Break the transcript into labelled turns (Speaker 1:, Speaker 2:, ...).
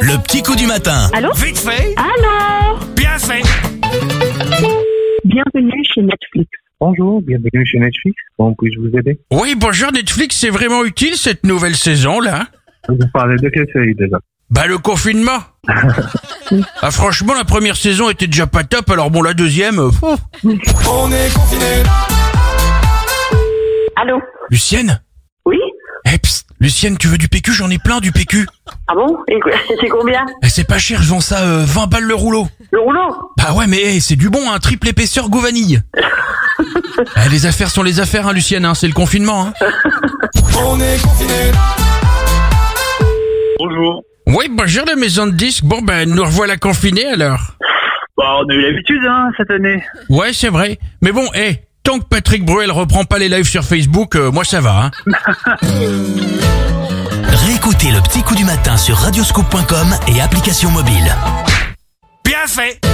Speaker 1: Le petit coup du matin.
Speaker 2: Allô
Speaker 3: Vite fait,
Speaker 2: Allô
Speaker 3: bien fait.
Speaker 2: Bienvenue chez Netflix.
Speaker 4: Bonjour, bienvenue chez Netflix. Comment puis-je vous aider
Speaker 3: Oui, bonjour Netflix, c'est vraiment utile cette nouvelle saison là. hein
Speaker 4: Vous parlez de quelle série déjà
Speaker 3: Bah le confinement. ah franchement, la première saison était déjà pas top, alors bon la deuxième. euh, pff.
Speaker 2: Allô
Speaker 3: Lucienne,
Speaker 2: Oui
Speaker 3: Eh, psst, Lucienne, tu veux du PQ J'en ai plein du PQ.
Speaker 2: Ah bon Et quoi- C'est combien
Speaker 3: Eh, c'est pas cher, je vends ça euh, 20 balles le rouleau.
Speaker 2: Le rouleau
Speaker 3: Bah ouais, mais eh, c'est du bon, hein, triple épaisseur goût vanille. Eh, les affaires sont les affaires, hein, Lucienne, hein, c'est le confinement. Hein.
Speaker 4: Bonjour.
Speaker 3: Oui, bonjour la maison de disques. Bon ben, nous revoilà confinés alors.
Speaker 4: Bah, on a eu l'habitude hein, cette année.
Speaker 3: Ouais, c'est vrai. Mais bon, eh, tant que Patrick Bruel reprend pas les lives sur Facebook, euh, moi ça va. Hein.
Speaker 1: Réécoutez le petit coup du matin sur radioscoop.com et application mobile.
Speaker 3: Bien fait